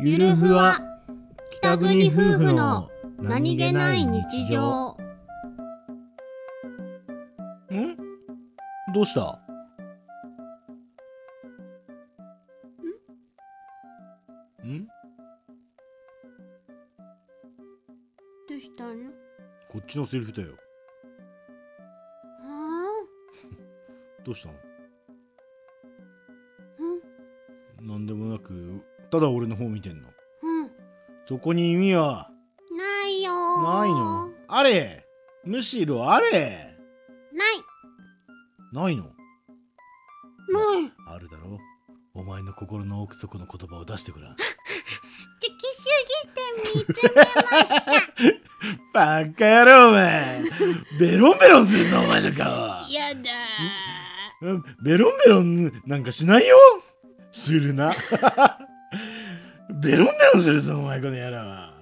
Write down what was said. ゆるふわ北国夫婦の何気ない日常んどうしたんどうしたのこっちのセリフだよはどうしたのあうんなんでもなくただ俺の方見てんのうんそこに意味はないよないのあれむしろあれないないのないあるだろお前の心の奥底の言葉を出してごらんつきすぎて見つめましたバカ野郎お前ベロンベロンするぞお前の顔 やだうんベロンベロンなんかしない よするなベロンベロンするぞお前この野郎は